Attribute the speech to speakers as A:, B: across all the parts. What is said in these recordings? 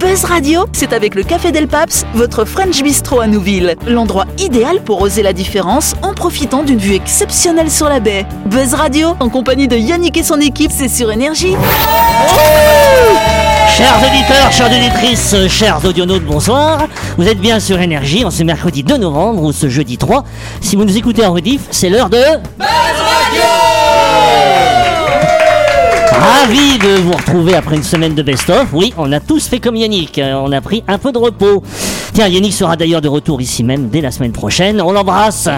A: Buzz Radio, c'est avec le Café Del Paps, votre French Bistro à Nouville. L'endroit idéal pour oser la différence en profitant d'une vue exceptionnelle sur la baie. Buzz Radio, en compagnie de Yannick et son équipe, c'est sur Énergie.
B: Chers auditeurs, chères auditrices, euh, chers audionautes, bonsoir. Vous êtes bien sur Énergie en ce mercredi 2 novembre ou ce jeudi 3. Si vous nous écoutez en rediff, c'est l'heure de... Ravi de vous retrouver après une semaine de best-of. Oui, on a tous fait comme Yannick. euh, On a pris un peu de repos. Tiens, Yannick sera d'ailleurs de retour ici même dès la semaine prochaine. On l'embrasse.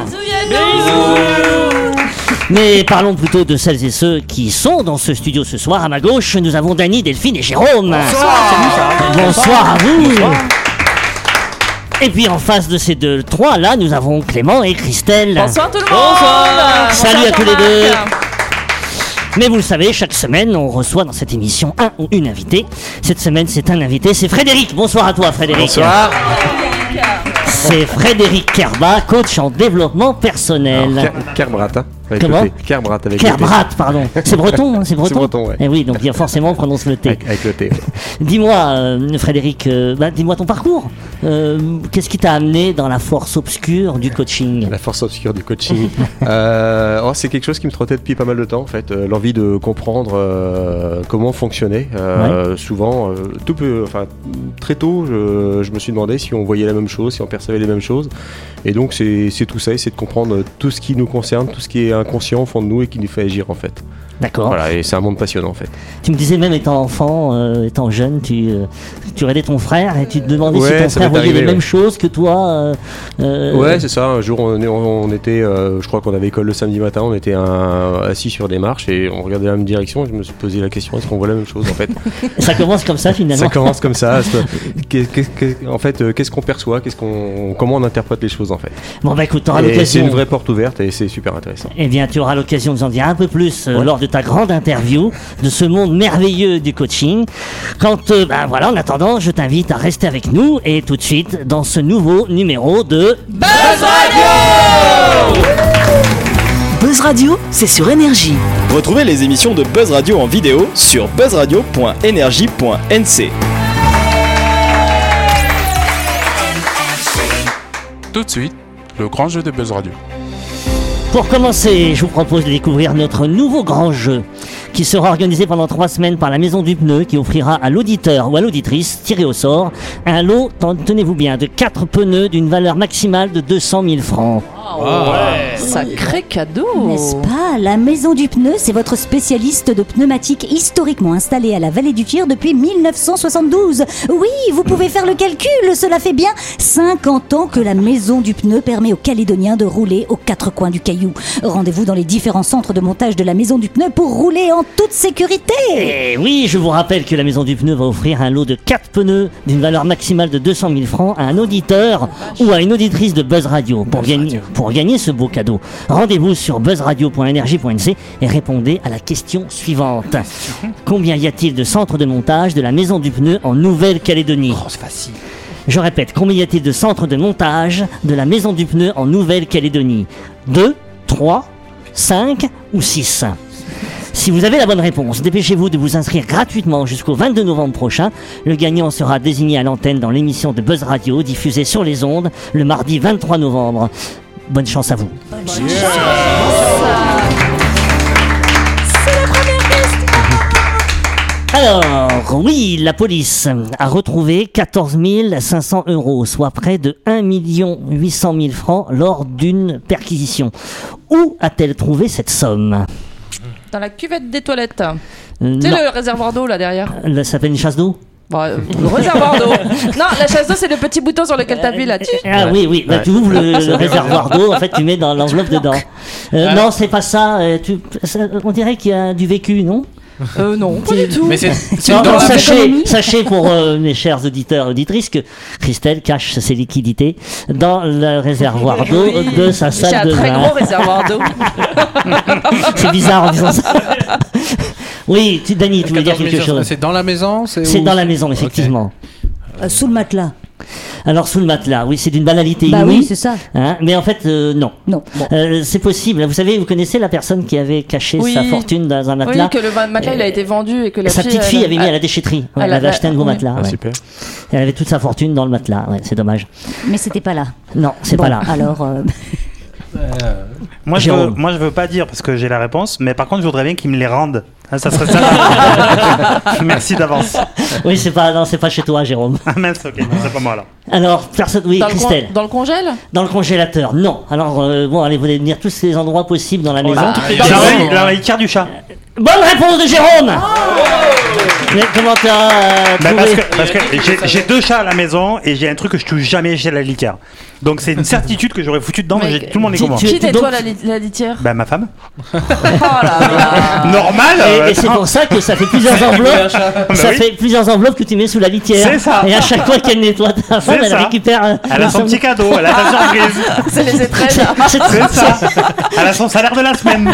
B: Mais parlons plutôt de celles et ceux qui sont dans ce studio ce soir. À ma gauche, nous avons Dany, Delphine et Jérôme. Bonsoir à vous. Et puis en face de ces deux, trois là, nous avons Clément et Christelle.
C: Bonsoir tout le monde
B: Salut à tous les
C: Jean-Marc.
B: deux. Mais vous le savez, chaque semaine, on reçoit dans cette émission un ou une invitée. Cette semaine, c'est un invité, c'est Frédéric. Bonsoir à toi, Frédéric.
D: Bonsoir.
B: C'est Frédéric Kerba, coach en développement personnel.
D: Ker- Kerbrat, hein, avec
B: Comment
D: le T. Kerbrat avec le
B: Kerbrat, pardon. C'est breton, hein, c'est breton.
D: breton, ouais.
B: Et oui, donc bien forcément, on prononce le
D: T.
B: T.
D: Avec, avec le T. ouais.
B: Dis-moi, euh, Frédéric, euh, bah, dis-moi ton parcours. Euh, Qu'est-ce qui t'a amené dans la force obscure du coaching
D: La force obscure du coaching. Euh, oh, c'est quelque chose qui me trottait depuis pas mal de temps, en fait. euh, L'envie de comprendre euh, comment fonctionner. Euh, Souvent, euh, tout peu, enfin, très tôt, je, je me suis demandé si on voyait la même chose, si on percevait les mêmes choses. Et donc, c'est c'est tout ça, et c'est de comprendre tout ce qui nous concerne, tout ce qui est inconscient au fond de nous et qui nous fait agir, en fait.
B: D'accord.
D: Voilà, et c'est un monde passionnant, en fait.
B: Tu me disais même étant enfant, euh, étant jeune, tu, euh, tu regardais ton frère et tu te demandais
D: Ouais,
B: si ton
D: ça
B: frère
D: m'est
B: voyait les
D: arrivé,
B: mêmes
D: ouais.
B: choses que toi. euh, euh,
D: Ouais, c'est ça. Un jour, on, est- on était, euh, je crois qu'on avait école le samedi matin, on était un- assis sur des marches et on regardait la même direction. Et je me suis posé la question est-ce qu'on voit la même chose en fait
B: ça commence comme ça finalement.
D: Ça commence comme ça. c'est- qu'est- qu'est- qu'est- en fait, euh, qu'est-ce qu'on perçoit Qu'est-ce qu'on, comment on interprète les choses en fait
B: Bon bah écoute, t'auras
D: Et C'est
B: l'occasion.
D: une vraie porte ouverte et c'est super intéressant.
B: Eh bien, tu auras l'occasion de nous en dire un peu plus euh, lors de ta grande interview de ce monde merveilleux du coaching. Quand, euh, bah, voilà, en attendant, je t'invite à rester avec nous et tout de suite dans ce nouveau numéro de
A: Buzz Radio, c'est sur Énergie.
E: Retrouvez les émissions de Buzz Radio en vidéo sur buzzradio.energie.nc.
F: Tout de suite, le grand jeu de Buzz Radio.
B: Pour commencer, je vous propose de découvrir notre nouveau grand jeu qui sera organisé pendant trois semaines par la Maison du Pneu qui offrira à l'auditeur ou à l'auditrice tiré au sort un lot, ten- tenez-vous bien, de quatre pneus d'une valeur maximale de 200 000 francs.
C: Sacré cadeau
B: Oh.
G: N'est-ce pas La Maison du Pneu, c'est votre spécialiste de pneumatique historiquement installée à la Vallée du Tir depuis 1972. Oui, vous pouvez faire le calcul, cela fait bien 50 ans que la Maison du Pneu permet aux Calédoniens de rouler aux quatre coins du caillou. Rendez-vous dans les différents centres de montage de la Maison du Pneu pour rouler en toute sécurité.
B: Et Eh oui, je vous rappelle que la Maison du Pneu va offrir un lot de 4 pneus d'une valeur maximale de 200 000 francs à un auditeur ou à une auditrice de Buzz Radio pour, gagner, pour gagner ce beau cadeau. Rendez-vous sur buzzradio.energie.nc et répondez à la question suivante. Combien y a-t-il de centres de montage de la Maison du Pneu en Nouvelle-Calédonie Je répète, combien y a-t-il de centres de montage de la Maison du Pneu en Nouvelle-Calédonie 2, 3, 5 ou 6 si vous avez la bonne réponse, dépêchez-vous de vous inscrire gratuitement jusqu'au 22 novembre prochain. Le gagnant sera désigné à l'antenne dans l'émission de Buzz Radio diffusée sur les ondes le mardi 23 novembre. Bonne chance à vous. Alors, oui, la police a retrouvé 14 500 euros, soit près de 1 800 000 francs lors d'une perquisition. Où a-t-elle trouvé cette somme
C: Dans la cuvette des toilettes.
B: Euh,
C: Tu sais
B: non.
C: le réservoir d'eau là derrière
B: Là, ça s'appelle une chasse d'eau
C: Bah, euh, Le réservoir d'eau Non, la chasse d'eau c'est le petit bouton sur lequel t'appuies là. Tu-
B: Ah oui, oui, Là, tu ouvres le, le réservoir d'eau, en fait tu mets dans l'enveloppe dedans. Euh, Non, c'est pas ça, euh, tu- ça, on dirait qu'il y a du vécu, non
C: Euh non, pas du tout.
H: Mais c'est
B: Non, non,
H: la
B: sachez, sachez pour euh, mes chers auditeurs et auditrices que Christelle cache ses liquidités dans le réservoir d'eau de sa
C: J'ai
B: salle
C: un
B: de
C: très
B: bain.
C: gros réservoir d'eau.
B: C'est bizarre en disant ça. Oui, tu, Dani, tu voulais dire quelque chose
H: C'est dans la maison
B: C'est
H: où
B: dans la maison, effectivement.
G: Euh, sous le matelas.
B: Alors sous le matelas, oui, c'est d'une banalité
G: Bah oui,
B: inouïe.
G: c'est ça.
B: Hein, mais en fait, euh, non.
G: Non. Bon.
B: Euh, c'est possible. Vous savez, vous connaissez la personne qui avait caché
C: Oui.
B: sa fortune dans un
C: Oui,
B: matelas.
C: que le ma- matelas il a été vendu et que la
B: Sa
C: fille,
B: petite fille
C: elle-
B: avait mis à
C: elle-
B: la déchéterie. Ouais,
C: elle
B: elle avait
C: avait-
B: acheté un gros
C: oui.
B: matelas.
D: Ah,
B: ouais.
D: super.
B: Elle avait toute sa fortune dans le matelas. Ouais, c'est dommage.
G: Mais c'était pas là.
B: Non, c'est
G: Bon,
B: pas là.
G: Alors, euh,
H: Moi je, veux,
B: Jérôme.
H: moi, je veux pas dire parce que j'ai la réponse, mais par contre, je voudrais bien qu'ils me les rendent. Ah, ça serait ça. Merci d'avance.
B: Oui, c'est pas, non, c'est pas chez toi, Jérôme.
H: Ah, mince, ok, non, c'est pas moi là.
B: Alors, personne. Oui,
C: Dans le, con-
B: Christelle.
C: dans le congèle
B: Dans le congélateur, non. Alors, euh, bon, allez, vous allez me dire tous les endroits possibles dans la
H: Oh
B: maison.
H: Dans la- dans la litière du chat.
B: Bonne réponse de Jérôme
C: Oh.
B: Mais comment t'as euh,
H: Bah, parce
B: trouvé
H: que, parce que j'ai- j'ai deux chats à la maison et j'ai un truc que je touche jamais chez la litière. Donc c'est une certitude que j'aurais foutu dedans, mais
C: Mec,
H: j'ai- tout le monde est
B: tu-
H: comment
B: tu-
C: Qui
B: étais
C: nettoie
B: donc-
C: la, li- la litière
H: Bah ma femme.
C: Oh là là
H: Normal euh,
B: Et, et c'est
H: attends.
B: pour ça que ça fait plusieurs enveloppes. ça
H: Ah, bah oui.
B: fait plusieurs enveloppes que tu mets sous la litière.
H: C'est ça.
B: Et à chaque fois qu'elle nettoie ta femme, elle
H: ça.
B: récupère. euh,
H: Elle a son petit cadeau, elle a sa surprise.
C: C'est les étrennes
B: C'est
H: C'est ça. Elle a son salaire de la semaine.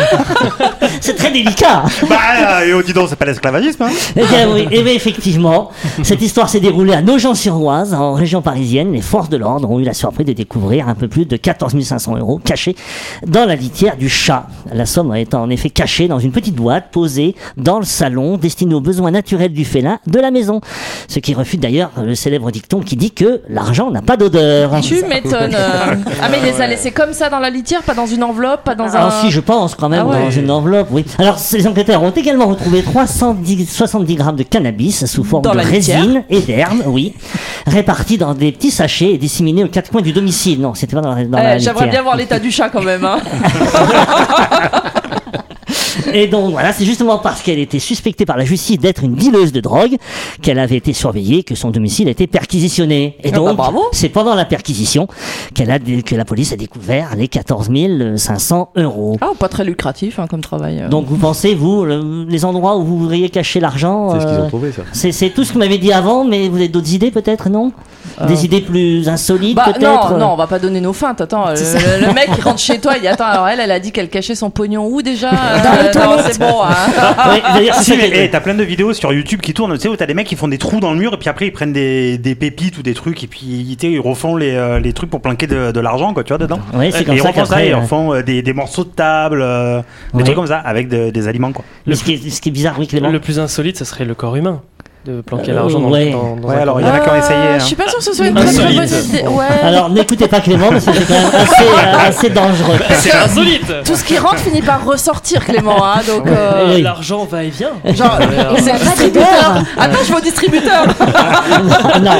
B: c'est très délicat.
H: Bah euh, et oh, dis donc, c'est pas l'esclavagisme. Hein.
B: Eh bien oui, eh bien, effectivement, cette histoire s'est déroulée à Nogent-sur-Oise, en région parisienne. Les forces de l'ordre ont eu la surprise de découvrir un peu plus de 14 500 euros cachés dans la litière du chat. La somme étant en effet cachée dans une petite boîte posée dans le salon, destinée aux besoins naturels du félin de la maison. Ce qui refute d'ailleurs le célèbre dicton qui dit que l'argent n'a pas d'odeur.
C: Tu m'étonnes euh. Ah mais il les a laissés comme ça dans la litière, pas dans une enveloppe, pas dans
B: Ah,
C: un...
B: si, je pense quand même
C: Ah ouais.
B: dans une enveloppe, oui. Alors, ces enquêteurs ont également retrouvé 370 grammes de cannabis sous forme
C: Dans
B: de
C: la litière.
B: résine et d'herbe, oui, répartis dans des petits sachets et disséminés aux quatre coins du domicile. Non, c'était pas dans la, dans
C: Eh,
B: la
C: J'aimerais bien
B: litière.
C: voir l'état du chat quand même. hein.
B: Et donc voilà, c'est justement parce qu'elle était suspectée par la justice d'être une dealeuse de drogue qu'elle avait été surveillée, que son domicile a été perquisitionné.
C: Ah bah
B: Et donc, c'est pendant la perquisition qu'elle a, dé- que la police a découvert les 14 500 euros.
C: Ah, pas très lucratif hein, comme travail. euh.
B: Donc vous pensez, vous, le- les endroits où vous voudriez cacher l'argent
D: C'est ce qu'ils
B: euh,
D: ont trouvé, ça.
B: C'est, c'est tout ce que vous m'avez dit avant, mais vous avez d'autres idées peut-être, non Des idées plus insolites
C: Euh. Bah
B: peut-être euh,
C: non, non, on va pas donner nos feintes. Attends, euh, le, le mec il rentre chez toi, il dit attends, alors elle, elle a dit qu'elle cachait son pognon où déjà Euh, Non, c'est bon. hein.
B: Ouais, d'ailleurs, c'est
H: Si,
B: ça
H: mais
B: qui-
H: eh, t'as plein de vidéos sur YouTube qui tournent, tu sais, où t'as des mecs qui font des trous dans le mur et puis après ils prennent des, des pépites ou des trucs et puis tu sais, ils refont les, euh, les trucs pour planquer de, de l'argent, quoi, tu vois, dedans.
B: Ouais, c'est comme
H: Et ils
B: ça
H: refont ça,
B: qu'après,
H: ils
B: ouais.
H: refont euh, des, des morceaux de table, euh,
B: Ouais.
H: des trucs comme ça, avec de- des aliments, quoi.
B: Mais ce, qui est, ce qui est bizarre, oui, Clément.
I: Le plus insolite, ça serait le corps humain. De planquer
B: Euh,
I: l'argent dans,
B: ouais. Ah,
I: dans, dans
H: Ouais,
I: un
H: alors,
I: corps
H: il y en a qui ont
C: Euh,
H: essayé, hein.
C: Je suis pas sûr que ce soit une très très bonne
I: Insolite.
C: idée. Ouais.
B: Alors n'écoutez pas Clément parce que c'est quand même assez, euh, assez dangereux.
I: C'est insolite
C: tout ce qui rentre finit par ressortir, Clément. hein, donc,
H: Bah,
C: euh,
B: Oui.
I: L'argent va et vient.
C: genre, c'est le distributeur. Attends, je vais au distributeur.
B: non.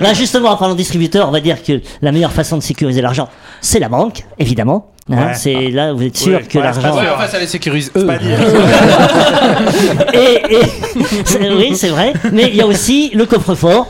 B: Là, justement, en parlant de distributeur, on va dire que la meilleure façon de sécuriser l'argent, c'est la banque, évidemment. Hein,
H: Ouais. Ah.
B: C'est là, vous êtes sûr
H: Ouais,
B: que
H: ouais,
B: l'argent.
H: c'est pas sûr.
F: ça les sécurise
H: Pas dire.
B: Euh. et, et- c'est- oui, c'est vrai. Mais il y a aussi le coffre-fort.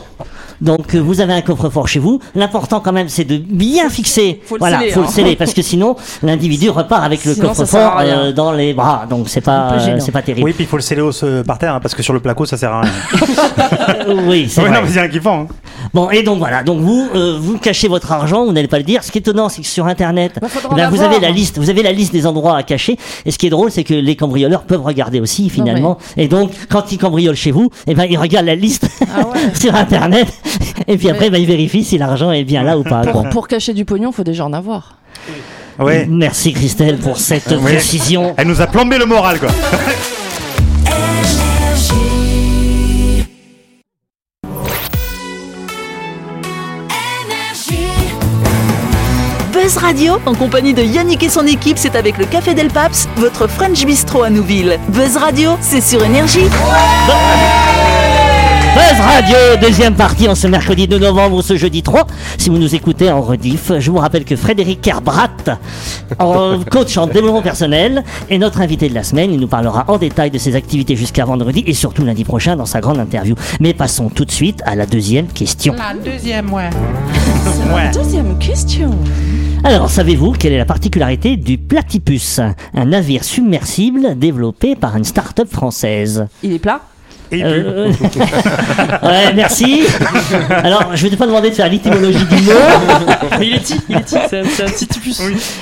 B: Donc euh, vous avez un coffre-fort chez vous. L'important quand même, c'est de bien fixer.
C: Faut le
B: voilà,
C: sceller,
B: faut le
C: hein.
B: sceller parce que sinon l'individu repart avec le
C: Sinon, ça sert
B: coffre-fort
C: à rien.
B: euh, dans les bras. Donc c'est pas,
G: Un peu gênant.
B: euh, c'est pas terrible.
H: Oui, puis il faut le sceller au ce- par terre, hein, parce que sur le placo, ça sert à rien.
B: Euh, oui, c'est
H: Ouais,
B: vrai.
H: non, mais il y en a qui font. hein.
B: Bon et donc voilà. Donc vous, euh, vous cachez votre argent. Vous n'allez pas le dire. Ce qui est étonnant, c'est que sur Internet,
C: Bah, faudra en
B: là, Eh ben, vous
C: avoir.
B: avez la liste. Vous avez la liste des endroits à cacher. Et ce qui est drôle, c'est que les cambrioleurs peuvent regarder aussi finalement. Et donc quand ils cambriolent chez vous, eh ben ils regardent la liste.
C: Ah ouais.
B: sur internet et puis après
C: Mais-
B: bah, il vérifie si l'argent est bien là ou pas quoi.
C: Pour, pour cacher du pognon, faut déjà en avoir.
H: Ouais.
B: merci Christelle pour cette précision
H: Elle nous a plombé le moral, quoi.
A: Buzz Radio, en compagnie de Yannick et son équipe, c'est avec le Café Del Paps, votre French Bistro à Nouville. Buzz Radio, c'est sur Énergie.
B: Buzz Radio deuxième partie en ce mercredi 2 novembre ou ce jeudi 3 si vous nous écoutez en rediff je vous rappelle que Frédéric Kerbrat en- coach en développement personnel est notre invité de la semaine il nous parlera en détail de ses activités jusqu'à vendredi et surtout lundi prochain dans sa grande interview mais passons tout de suite à la deuxième question
C: Deuxième question.
B: Alors, savez-vous quelle est la particularité du Platypus, un navire submersible développé par une start-up française
C: Il est plat.
H: Et puis,
B: Euh, Ouais, merci. Alors, je vais pas demander de faire l'étymologie du mot.
I: Ah, Il est petit, il est petit, c'est un, c'est un petit typus.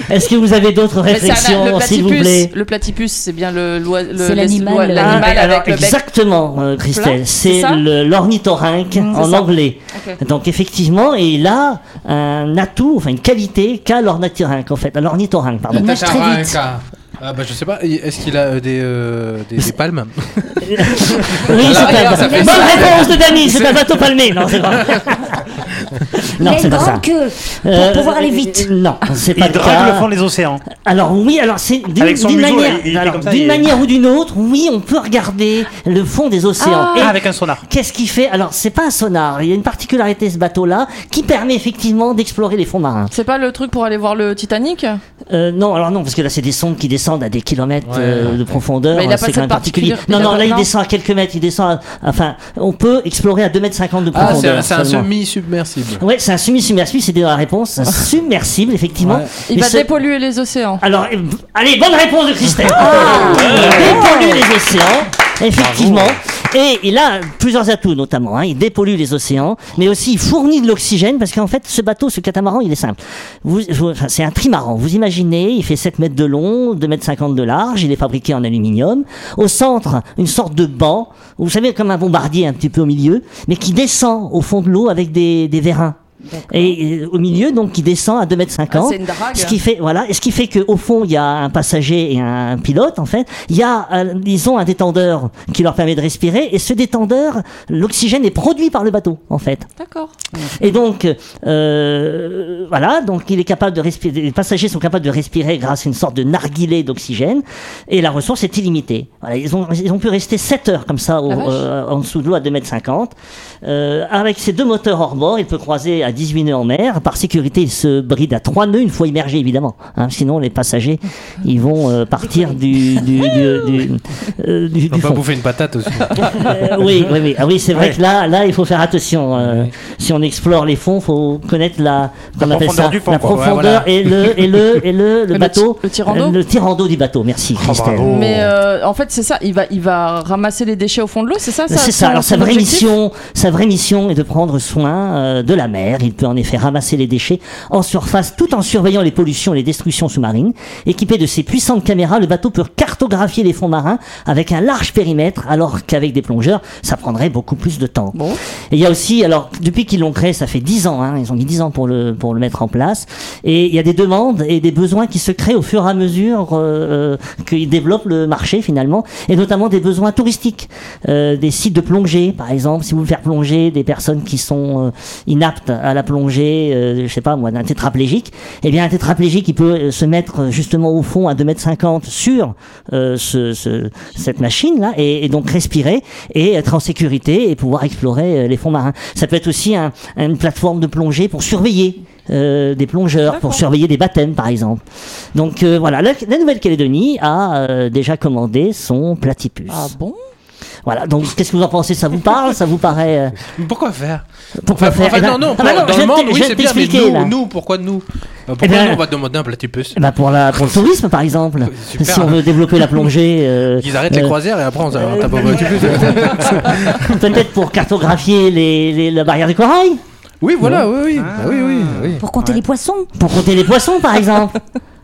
B: Est-ce que vous avez d'autres
C: Mais c'est un- le
B: réflexions, s'il vous
C: platypus.
B: plaît
C: Le platypus, c'est bien le loi- le-
G: C'est
C: l'es-
G: l'animal.
C: loi-
G: Ah,
C: l'animal
B: Alors,
C: avec le bec.
B: exactement, euh, Christelle.
C: plat, c'est
B: C'est
C: ça Mm,
B: le- l'ornithorynque en
C: ça.
B: anglais.
C: Ok.
B: Donc effectivement, et il a un atout, enfin une qualité qu'a l'ornithorynque en fait. L'ornithorynque, pardon.
G: il nage très vite.
J: Ah bah je sais pas, est-ce qu'il a euh, des, euh, des, des palmes
B: Oui,
J: Voilà,
B: c'est
J: regarde,
B: un...
J: ça
B: Bonne
J: fait ça.
B: réponse de Dany, c'est un bateau palmé. Non, c'est pas. Non,
G: Il a
B: c'est
G: une
B: pas ça.
G: grande queue pour
B: Euh,
G: pouvoir aller vite.
B: euh, Non, c'est pas
H: Il
B: le
H: drague le
B: cas.
H: fond des océans.
B: Alors oui, alors c'est d'une
H: Avec son
B: d'une
H: museau, là,
B: manière,
H: il- il fait
B: alors,
H: comme ça,
B: d'une
H: il-
B: manière ou d'une autre, oui, on peut regarder le fond des océans.
G: Ah.
B: Et
H: Ah, avec un sonar.
B: Qu'est-ce qu'il fait Alors, c'est pas un sonar. Il y a une particularité ce bateau-là qui permet effectivement d'explorer les fonds marins.
C: C'est pas le truc pour aller voir le Titanic
B: Euh, non, alors non, parce que là, c'est des sondes qui descendent à des kilomètres
J: Ouais.
B: euh, de profondeur.
C: Mais il a pas
B: c'est
C: cette
B: quand même particulier.
C: particularité,
B: Non,
C: il a
B: non,
C: pas-
B: là, il
C: non.
B: descend à quelques mètres. Il descend. à- Enfin, on peut explorer à 2 mètres 50 de
J: Ah, c'est
B: profondeur.
J: un, c'est un
B: seulement.
J: semi-submersible.
B: Ouais, c'est un semi-submersible, c'est déjà la réponse. Un submersible, effectivement.
J: Ouais.
C: Il
B: Mais
C: va
B: ce-
C: dépolluer les océans.
B: Alors, euh, allez, bonne réponse de Christelle. Ah. Euh, il dépollue les océans, effectivement. Et il a plusieurs atouts, notamment. hein. Il dépollue les océans, mais aussi il fournit de l'oxygène, parce qu'en fait, ce bateau, ce catamaran, il est simple. Vous, vous- enfin, c'est un trimaran. Vous imaginez, il fait 7 mètres de long, 2 mètres 50 de large, il est fabriqué en aluminium. Au centre, une sorte de banc, vous savez, comme un bombardier un petit peu au milieu, mais qui descend au fond de l'eau avec des, des vérins. Et euh, au milieu, donc, qui descend à 2 mètres 50.
C: Ah, c'est une drague.
B: Ce qui fait, voilà, et ce qui fait qu'au fond, il y a un passager et un pilote, en fait. Il y a, euh, ils ont un détendeur qui leur permet de respirer, et ce détendeur, l'oxygène est produit par le bateau, en fait.
C: D'accord.
B: Et donc, euh, voilà, donc il est capable de respirer, les passagers sont capables de respirer grâce à une sorte de narguilé d'oxygène, et la ressource est illimitée. Voilà, ils, ont, ils ont pu rester 7 heures comme ça au-
C: La vache.
B: euh, en dessous de l'eau à 2m50. Euh, avec ses deux moteurs hors bord, il peut croiser à 18 nœuds en mer. Par sécurité, il se bride à 3 nœuds une fois immergé, évidemment. hein, sinon, les passagers, ils vont euh, partir du, du, du, du, euh, du-
J: On
B: du
J: va
B: fond.
J: bouffer une patate aussi.
B: Euh, oui, oui, oui. Ah oui, c'est vrai que là, là, il faut faire attention. euh, Si on explore les fonds, faut connaître la, comment on appelle
H: profondeur
B: ça
H: du fond,
B: la
H: quoi.
B: profondeur
J: Ouais, voilà.
B: et le et le et le, le
C: le
B: bateau,
C: ti- le tirant d'eau
B: euh, le tirant d'eau du bateau. Merci, Christelle.
H: bravo. Oh.
C: Mais euh, en fait, c'est ça. Il va, il va ramasser les déchets au fond de l'eau, c'est ça, ça
B: C'est ça.
C: son-
B: Alors sa
C: son
B: vraie
C: objectif
B: mission, sa vraie mission est de prendre soin euh, de la mer. Il peut en effet ramasser les déchets en surface, tout en surveillant les pollutions, et les destructions sous-marines. Équipé de ses puissantes caméras, le bateau peut cartographier les fonds marins avec un large périmètre, alors qu'avec des plongeurs, ça prendrait beaucoup plus de temps.
C: Bon.
B: Et il y a aussi, alors depuis qu'ils l'ont créé, ça fait 10 ans, hein, ils ont mis 10 ans pour le, pour le mettre en place, et il y a des demandes et des besoins qui se créent au fur et à mesure euh, euh, qu'ils développent le marché finalement, et notamment des besoins touristiques, Euh, des sites de plongée par exemple, si vous voulez faire plonger des personnes qui sont euh, inaptes à la plongée, euh, je sais pas moi, d'un tétraplégique, eh bien un tétraplégique il peut euh, se mettre euh, justement au fond à 2m50 sur euh, ce, ce- cette machine là, et, et donc respirer et être en sécurité et pouvoir explorer euh, les fonds marins. Ça peut être aussi un- une plateforme de plongée pour surveiller euh, des plongeurs, pour surveiller des baptêmes par exemple. Donc euh, voilà, la, la Nouvelle-Calédonie a euh, déjà commandé son platypus.
C: Ah bon
B: Voilà, donc qu'est-ce que vous en pensez Ça vous parle Ça vous paraît euh,
J: Mais Pourquoi faire
B: pourquoi
J: Enfin,
B: faire Eh ben-
J: non, non,
B: Ah bah
J: pour- dans le
B: je vais
J: monde,
B: te-
J: oui,
B: je vais
J: c'est bien, mais
B: t'expliquer,
J: nous,
B: là.
J: nous, pourquoi nous Euh, Pourquoi
B: ben-
J: nous, on va demander un platypus
B: Eh ben, pour, la, pour le tourisme par exemple,
J: Super.
B: si on veut développer la plongée. euh,
J: Ils arrêtent les
B: euh,
J: croisières et après on s'en tape un platypus.
B: Peut-être pour cartographier les, les- la barrière du corail
J: Oui, voilà, oui, oui. Bah oui, oui,
B: euh,
J: oui.
G: Pour compter les poissons.
B: Pour compter les poissons, par exemple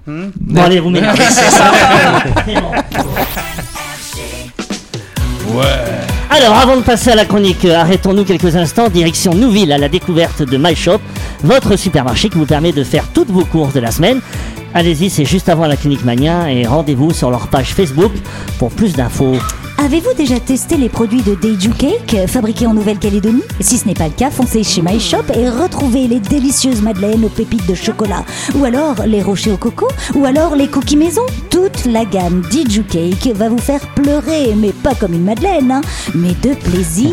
J: Hmm.
B: Bon, allez, vous m'énervez. Alors, avant de passer à la chronique, euh, arrêtons-nous quelques instants. Direction Nouville, à la découverte de My Shop, votre supermarché qui vous permet de faire toutes vos courses de la semaine. Allez-y, c'est juste avant la clinique Mania et rendez-vous sur leur page Facebook pour plus d'infos.
G: Avez-vous déjà testé les produits de Deiju Cake euh, fabriqués en Nouvelle-Calédonie Si ce n'est pas le cas, foncez chez My Shop et retrouvez les délicieuses madeleines aux pépites de chocolat, ou alors les rochers au coco, ou alors les cookies maison. Toute la gamme Deiju Cake va vous faire pleurer, mais pas comme une madeleine, hein, mais de plaisir.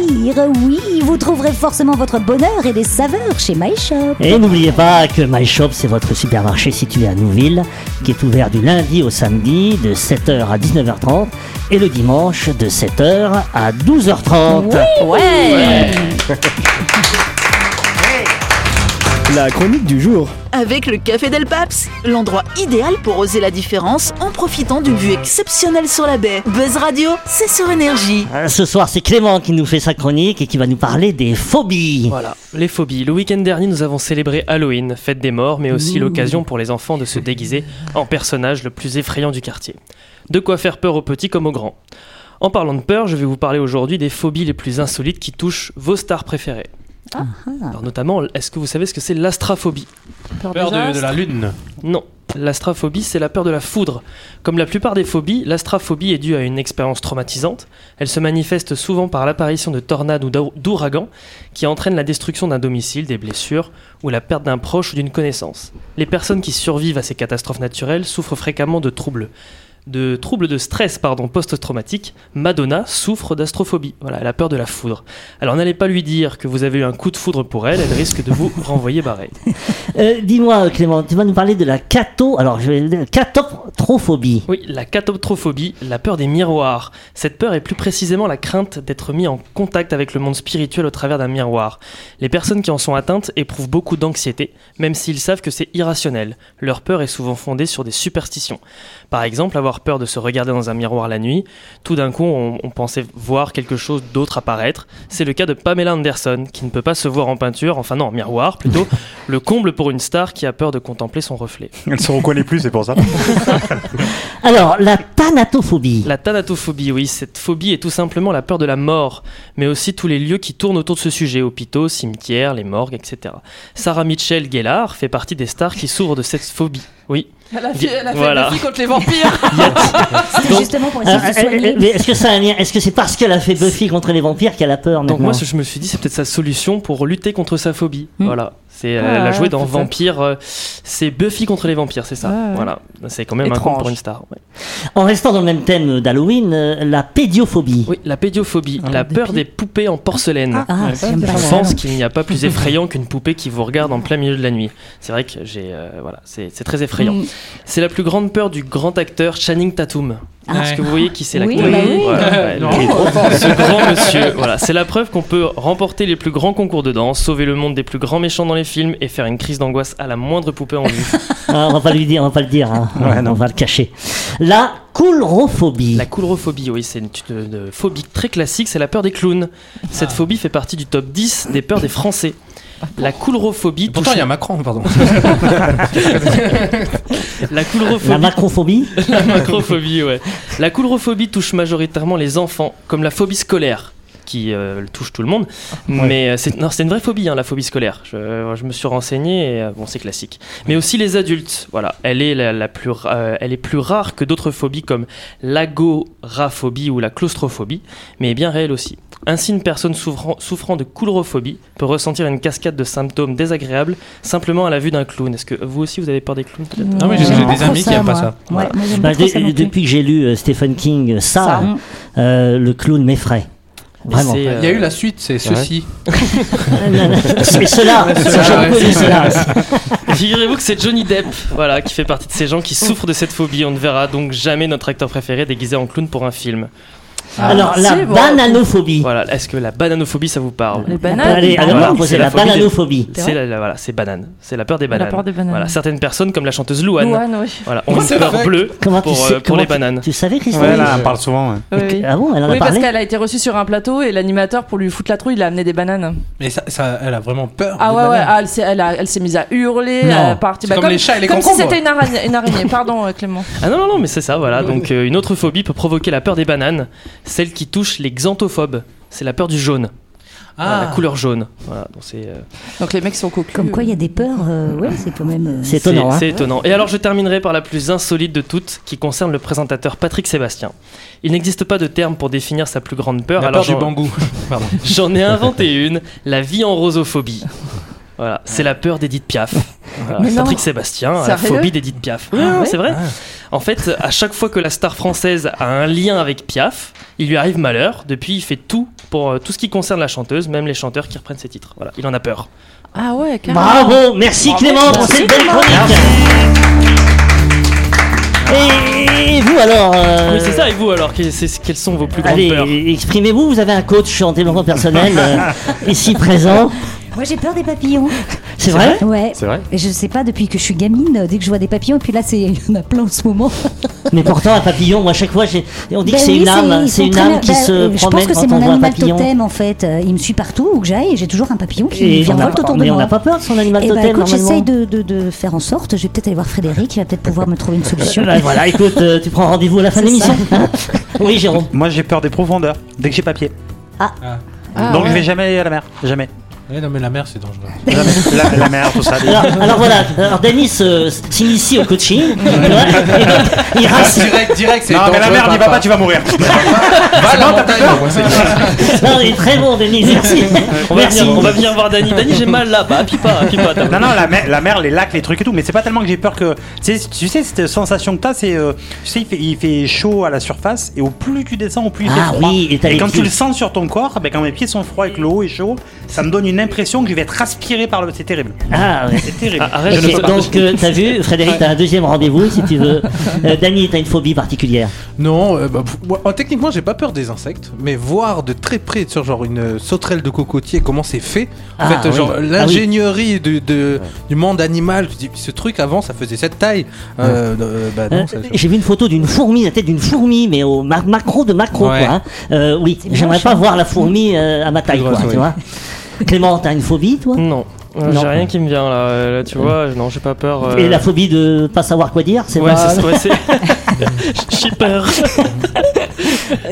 G: Oui, vous trouverez forcément votre bonheur et des saveurs chez My Shop.
B: Et n'oubliez pas que My Shop, c'est votre supermarché situé à Nouville, qui est ouvert du lundi au samedi de 7h à 19h30 et le dimanche de 7h à 12h30.
C: Ouais.
E: La chronique du jour.
A: Avec le Café Del Paps, l'endroit idéal pour oser la différence en profitant d'une vue exceptionnelle sur la baie. Buzz Radio, c'est sur énergie.
B: Euh, Ce soir, c'est Clément qui nous fait sa chronique et qui va nous parler des phobies.
I: Voilà, les phobies. Le week-end dernier, nous avons célébré Halloween, fête des morts, mais aussi l'occasion pour les enfants de se déguiser en personnage le plus effrayant du quartier. De quoi faire peur aux petits comme aux grands. En parlant de peur, je vais vous parler aujourd'hui des phobies les plus insolites qui touchent vos stars préférées.
C: Ah.
I: Alors notamment, est-ce que vous savez ce que c'est l'astraphobie
C: Peur
J: Peur
C: des
J: de,
C: astres.
J: la lune.
I: Non. L'astraphobie, c'est la peur de la foudre. Comme la plupart des phobies, l'astraphobie est due à une expérience traumatisante. Elle se manifeste souvent par l'apparition de tornades ou d'our- d'ouragans qui entraînent la destruction d'un domicile, des blessures ou la perte d'un proche ou d'une connaissance. Les personnes qui survivent à ces catastrophes naturelles souffrent fréquemment de troubles de troubles de stress pardon post-traumatique, Madonna souffre d'astrophobie. Voilà, elle a peur de la foudre. Alors n'allez pas lui dire que vous avez eu un coup de foudre pour elle, elle risque de vous renvoyer barré.
B: Euh, Dis-moi, Clément, tu vas nous parler de la cato. Alors, je vais dire catotrophobie.
I: Oui, la catotrophobie, la peur des miroirs. Cette peur est plus précisément la crainte d'être mis en contact avec le monde spirituel au travers d'un miroir. Les personnes qui en sont atteintes éprouvent beaucoup d'anxiété, même s'ils savent que c'est irrationnel. Leur peur est souvent fondée sur des superstitions. Par exemple, avoir peur de se regarder dans un miroir la nuit. Tout d'un coup, on, on pensait voir quelque chose d'autre apparaître. C'est le cas de Pamela Anderson, qui ne peut pas se voir en peinture, enfin non, en miroir plutôt. le comble pour une star qui a peur de contempler son reflet.
H: Elle se reconnaît plus, c'est pour ça.
B: Alors, la thanatophobie.
I: La thanatophobie, oui, cette phobie est tout simplement la peur de la mort, mais aussi tous les lieux qui tournent autour de ce sujet, hôpitaux, cimetières, les morgues, etc. Sarah Mitchell Gellar fait partie des stars qui s'ouvrent de cette phobie. Oui.
C: Elle a fait,
I: Ge-
C: elle a fait
I: voilà.
C: Buffy contre les vampires.
J: Ah,
G: C'est justement pour essayer
B: Alors,
G: de se
B: euh, euh,
G: soigner.
B: mais est-ce que ça a un lien Est-ce que c'est parce qu'elle a fait Buffy contre les vampires qu'elle a peur
I: Donc
B: maintenant
I: moi, ce que je me suis dit, c'est peut-être sa solution pour lutter contre sa phobie.
B: Hmm.
I: Voilà. C'est euh,
C: Ah,
I: elle a joué dans
C: peut-être.
I: Vampire. euh, c'est Buffy contre les vampires, c'est ça.
C: Ah, ouais.
I: Voilà. C'est quand même un
C: Étrange.
I: compte pour une star. ouais.
B: En restant dans le même thème d'Halloween, euh, la pédiophobie.
I: Oui, la pédiophobie, la peur Ah, des poupées en porcelaine.
G: Ah,
J: euh,
G: j'aime pas
I: Je
G: ça.
I: pense qu'il n'y a pas plus effrayant qu'une poupée qui vous regarde en plein milieu de la nuit. C'est vrai que j'ai, euh, voilà, c'est c'est très effrayant. C'est la plus grande peur du grand acteur Channing Tatum. Est-ce que vous voyez qui c'est
G: Oui,
I: l'acteur
G: bah oui.
I: Voilà, ouais,
J: Non.
I: le- Euh, Ce grand monsieur. Voilà, c'est la preuve qu'on peut remporter les plus grands concours de danse, sauver le monde des plus grands méchants dans les films et faire une crise d'angoisse à la moindre poupée en vue.
B: Ah, on va pas lui dire, on va pas le dire. hein.
H: Ouais,
B: on
H: non.
B: va le cacher. La coulrophobie.
I: La coulrophobie, oui, c'est une une- une phobie très classique, c'est la peur des clowns. Cette
J: Ah.
I: phobie fait partie du top 10 des peurs des Français. La coulrophobie touche
J: Pourtant, il y a Macron, pardon.
I: la
B: La
I: coulrophobie Euh,
B: macrophobie.
I: La macrophobie, ouais. La coulrophobie touche majoritairement les enfants, comme la phobie scolaire, qui euh, touche tout le monde. Mais euh, c'est, non, c'est une vraie phobie, hein, la phobie scolaire. Je, je me suis renseigné, et, euh, bon, c'est classique. Mais aussi les adultes, voilà. Elle est, la, la plus, ra- euh, elle est plus rare que d'autres phobies comme l'agoraphobie ou la claustrophobie, mais est bien réelle aussi. Ainsi, une personne souffrant, souffrant de coulrophobie peut ressentir une cascade de symptômes désagréables simplement à la vue d'un clown. Est-ce que vous aussi, vous avez peur des clowns peut-être
J: Non, mais j'ai
G: J'aime
J: j'ai
G: pas
J: des
G: trop
J: amis qui aiment pas
G: moi.
J: ça.
G: Ouais, moi, j'aime
B: Bah,
G: pas trop
B: de-
G: ça non plus.
B: depuis que j'ai lu euh, Stephen King, euh, ça,
C: Ça.
B: euh, le clown m'effraie. Vraiment.
I: C'est, euh,
J: Il y a eu la suite, c'est ceci.
B: Mais cela,
J: Cela,
B: je
J: ouais,
B: reconnais
J: c'est-
B: cela.
I: Figurez-vous que c'est Johnny Depp, voilà, qui fait partie de ces gens qui souffrent de cette phobie. On ne verra donc jamais notre acteur préféré déguisé en clown pour un film. Ah.
B: Alors, la
C: si, bon.
B: bananophobie.
I: Voilà, est-ce que la bananophobie ça vous parle
C: Les bananes.
B: Allez, alors, on va
I: banane,
B: poser
I: c'est
B: la
I: la phobie des-
B: bananophobie.
I: C'est la, la- voilà, c'est banane, c'est la peur des bananes.
C: peur des bananes.
I: Voilà, certaines personnes comme la chanteuse Louane,
C: Douane, oui.
I: voilà, ont une
J: C'est
I: peur
J: vrai.
I: bleue
B: Comment tu
I: pour,
B: sais-
I: euh, pour
B: comment
I: les
B: tu-
I: bananes.
B: Tu savais, Christophe
H: Ouais, là, on parle souvent. ouais.
C: Oui, oui.
B: Ah bon, elle en a
C: Oui, parce
B: parlé
C: qu'elle a été reçue sur un plateau et l'animateur, pour lui foutre la trouille, il a amené des bananes.
J: Mais ça, ça- elle a vraiment peur.
C: Ah
J: des
C: ouais, ouais,
J: bananes.
C: ah, elle s'est elle a- elle s'est mise à hurler,
B: Non.
C: à partir.
J: C'est comme les chats et les
C: Comme si
J: concombres.
C: c'était une araignée, une araignée. pardon euh, Clément.
I: Ah non non non, mais c'est ça, voilà. Donc euh, une autre phobie peut provoquer la peur des bananes, celle qui touche les xanthophobes. C'est la peur du jaune, Voilà, la
J: Ah,
I: couleur jaune. Voilà, donc c'est euh,
C: Donc les mecs sont cocus.
G: Comme quoi, il y a des peurs, euh, ouais, c'est quand même. euh,
B: C'est étonnant. hein.
I: C'est étonnant. Et alors je terminerai par la plus insolite de toutes, qui concerne le présentateur Patrick Sébastien. Il n'existe pas de terme pour définir sa plus grande peur.
J: la
I: alors
J: peur du
I: j'en-
J: bangou. Pardon.
I: j'en ai inventé une, la vie en rosophobie. Voilà, c'est la peur d'Edith Piaf. Voilà,
C: Mais non.
I: Patrick Sébastien, la
C: Sérieux
I: phobie d'Edith Piaf.
B: Ah
I: Ouais, ouais, c'est vrai.
J: Ah.
I: En fait, à chaque fois que la star française a un lien avec Piaf, il lui arrive malheur. Depuis, il fait tout pour euh, tout ce qui concerne la chanteuse, même les chanteurs qui reprennent ses titres. Voilà, il en a peur.
C: Ah ouais, carrément.
B: Bravo, merci Clément pour
C: Merci,
B: cette belle
C: Clément.
B: chronique. Et, et vous alors euh,
I: Oui, c'est ça. Et vous alors, que- c'est- quelles sont vos plus grandes
B: Allez,
I: peurs
B: exprimez-vous, vous avez un coach en développement personnel euh, ici présent.
G: Moi, j'ai peur des papillons.
B: C'est vrai
G: Ouais.
D: C'est vrai
G: Et je sais pas, depuis que je suis gamine, euh, dès que je vois des papillons, et puis là, c'est- il y en a plein en ce moment.
B: Mais pourtant, un papillon, moi, à chaque fois, j'ai- on dit
G: Ben
B: que c'est
G: oui,
B: une âme,
G: ils
B: c'est
G: sont
B: une
G: très bien.
B: âme qui
G: Ben, euh,
B: se
G: Je pense
B: promène
G: que c'est
B: quand
G: mon
B: on voit un
G: animal
B: papillon.
G: totem en fait. Euh, Il me suit partout où que j'aille et j'ai toujours un papillon qui
B: Et on a
G: virevolte
B: pas-
G: autour de
B: mais on
G: moi.
B: n'a pas peur de son animal
G: Eh ben,
B: totem,
G: écoute,
B: normalement.
G: j'essaye de, de- de faire en sorte. Je vais peut-être aller voir Frédéric, il va peut-être pouvoir me trouver une solution.
B: Euh, bah, voilà, écoute, euh, tu prends rendez-vous à la fin de
G: C'est ça.
B: l'émission. hein oui, Jérôme.
H: Moi, j'ai peur des profondeurs dès que j'ai papier.
G: Ah.
H: Donc, je vais jamais aller à la mer. Jamais.
J: Ouais, non, mais la mer, c'est dangereux.
H: La, la mer, tout ça.
B: Alors, alors voilà, alors Denis euh, s'initie au coaching. tu vois, et donc, il rassure-
J: direct, direct,
H: Non, mais la mer, n'y va pas, tu vas mourir.
J: Va la
B: Non, il est très bon, Denis. Merci.
I: On va, venir, on va venir voir Dani. Dani, j'ai mal là. Bah, pipa, pipa.
H: Non, non, la mer, la mer, les lacs, les trucs et tout. Mais c'est pas tellement que j'ai peur que. Tu sais, tu sais, cette sensation que t'as, c'est. euh, tu sais, il fait, il fait chaud à la surface et au plus tu descends, au plus il
B: Ah
H: fait froid.
B: oui, et t'as les
H: quand
B: pieds.
H: tu le sens sur ton corps, ben, quand mes pieds sont froids et que l'eau est chaud, ça me donne une impression que je vais être aspiré par le. C'est terrible.
B: Ah, ouais.
H: C'est terrible.
I: Ah, arrête,
B: Ok,
I: je ne peux pas.
B: donc euh, t'as vu, Frédéric, t'as un deuxième rendez-vous si tu veux. Euh, Dany, t'as une phobie particulière.
J: Non, euh, bah, pff, moi, euh, techniquement, j'ai pas peur des insectes, mais voir de très près, sur genre une euh, sauterelle de cocotier, comment c'est fait. En
B: Ah,
J: fait, euh,
B: oui.
J: genre
B: Ah, oui.
J: l'ingénierie de- de- du monde animal, tu te dis, ce truc avant, ça faisait cette taille. Euh, euh, bah, non,
B: Euh,
J: ça-
B: J'ai vu une photo d'une fourmi, la tête d'une fourmi, mais au ma- macro de macro,
J: Ouais.
B: quoi. hein. Euh, oui, j'aimerais
C: hein.
B: pas voir la fourmi euh, à ma taille,
J: Plus
B: quoi,
J: grosse,
B: tu
J: oui.
B: vois. Clément, t'as une phobie, toi
I: Non, Euh,
B: Non.
I: j'ai rien qui me vient là. Euh, Là, tu vois, non, j'ai pas peur. euh,
B: Et la phobie de pas savoir quoi dire, c'est
I: Ouais,
B: pas-
I: c'est ouais, c'est- J'ai peur.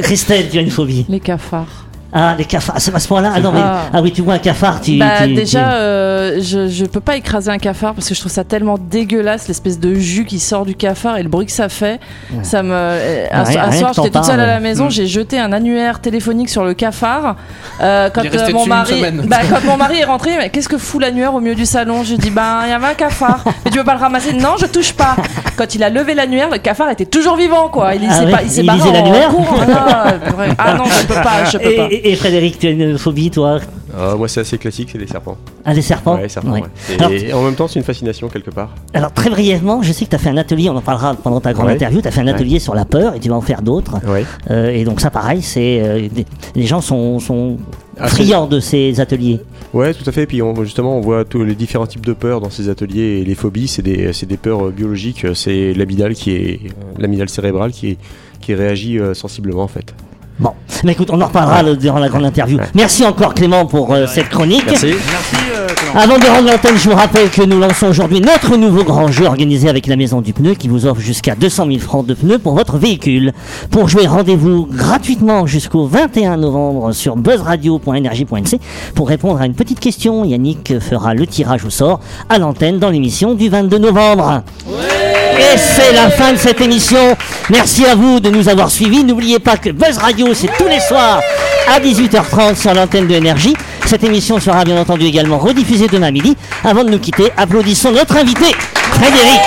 B: Christelle, tu as une phobie.
C: Les cafards.
B: Ah, les cafards, c'est à ce point-là. Ah non, mais
C: Ah.
B: ah oui, tu vois un cafard, tu.
C: Bah,
B: tu- tu-
C: déjà, euh, je, je peux pas écraser un cafard parce que je trouve ça tellement dégueulasse, l'espèce de jus qui sort du cafard et le bruit que ça fait. Ça me. euh, Un,
B: Ah, rien-
C: so- un
B: rien
C: soir,
B: que t'en
C: j'étais toute seule à la
B: parles. Mm.
C: maison, j'ai jeté un annuaire téléphonique sur le cafard. Euh, quand,
J: Il est resté
C: mon
J: dessus une
C: mari,
J: semaine.
C: bah, quand mon mari est rentré, mais qu'est-ce que fout l'annuaire au milieu du salon J'ai dit, ben, il y avait un cafard. Mais tu peux pas le ramasser Non, je touche pas. Quand il a levé l'annuaire, le cafard était toujours vivant, quoi. Il,
B: Ah
C: s'est
B: oui,
C: pas, il s'est
B: il
C: barré
B: lisait
C: en
B: l'annuaire
C: courant. Ah, ouais. Ah non, je peux pas, je peux
B: Et,
C: pas.
B: et- et Frédéric, tu as une phobie, toi
D: Euh, moi, c'est assez classique, c'est les serpents.
B: Ah, les serpents
D: Ouais, les serpents,
B: Ouais.
D: ouais.
B: Alors,
D: Et en même temps, c'est une fascination quelque part.
B: Alors très brièvement, je sais que tu as fait un atelier, on en parlera pendant ta grande
D: Ouais.
B: interview, tu as fait un
D: Ouais.
B: atelier sur la peur et tu vas en faire d'autres.
D: Ouais.
B: Euh, et donc ça pareil, c'est euh, des- les gens sont, sont
D: Ah, c'est-
B: friands de ces ateliers.
D: Ouais, tout à fait. Et puis on- justement, on voit tous les différents types de peurs dans ces ateliers. Et les phobies, c'est des, c'est des peurs euh, biologiques. Euh, C'est l'amidale qui est, euh, l'amidale cérébrale qui est, qui réagit euh, sensiblement en fait.
B: Bon, mais écoute, on en reparlera le- durant la grande interview. Merci encore Clément pour euh, cette chronique.
H: Merci, euh, Clément.
B: Avant de rendre l'antenne, je vous rappelle que nous lançons aujourd'hui notre nouveau grand jeu organisé avec la Maison du Pneu qui vous offre jusqu'à 200 000 francs de pneus pour votre véhicule. Pour jouer, rendez-vous gratuitement jusqu'au 21 novembre sur buzzradio.energie.nc. Pour répondre à une petite question, Yannick fera le tirage au sort à l'antenne dans l'émission du 22 novembre. Et c'est la fin de cette émission. Merci à vous de nous avoir suivis. N'oubliez pas que Buzz Radio, c'est tous les soirs à 18h30 sur l'antenne de Énergie. Cette émission sera bien entendu également rediffusée demain midi. Avant de nous quitter, applaudissons notre invité, Frédéric,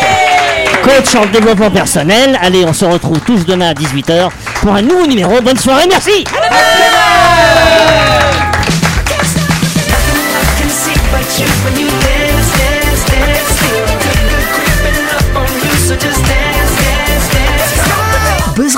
B: coach en développement personnel. Allez, on se retrouve tous demain à 18h pour un nouveau numéro. Bonne soirée, merci.
A: Buzz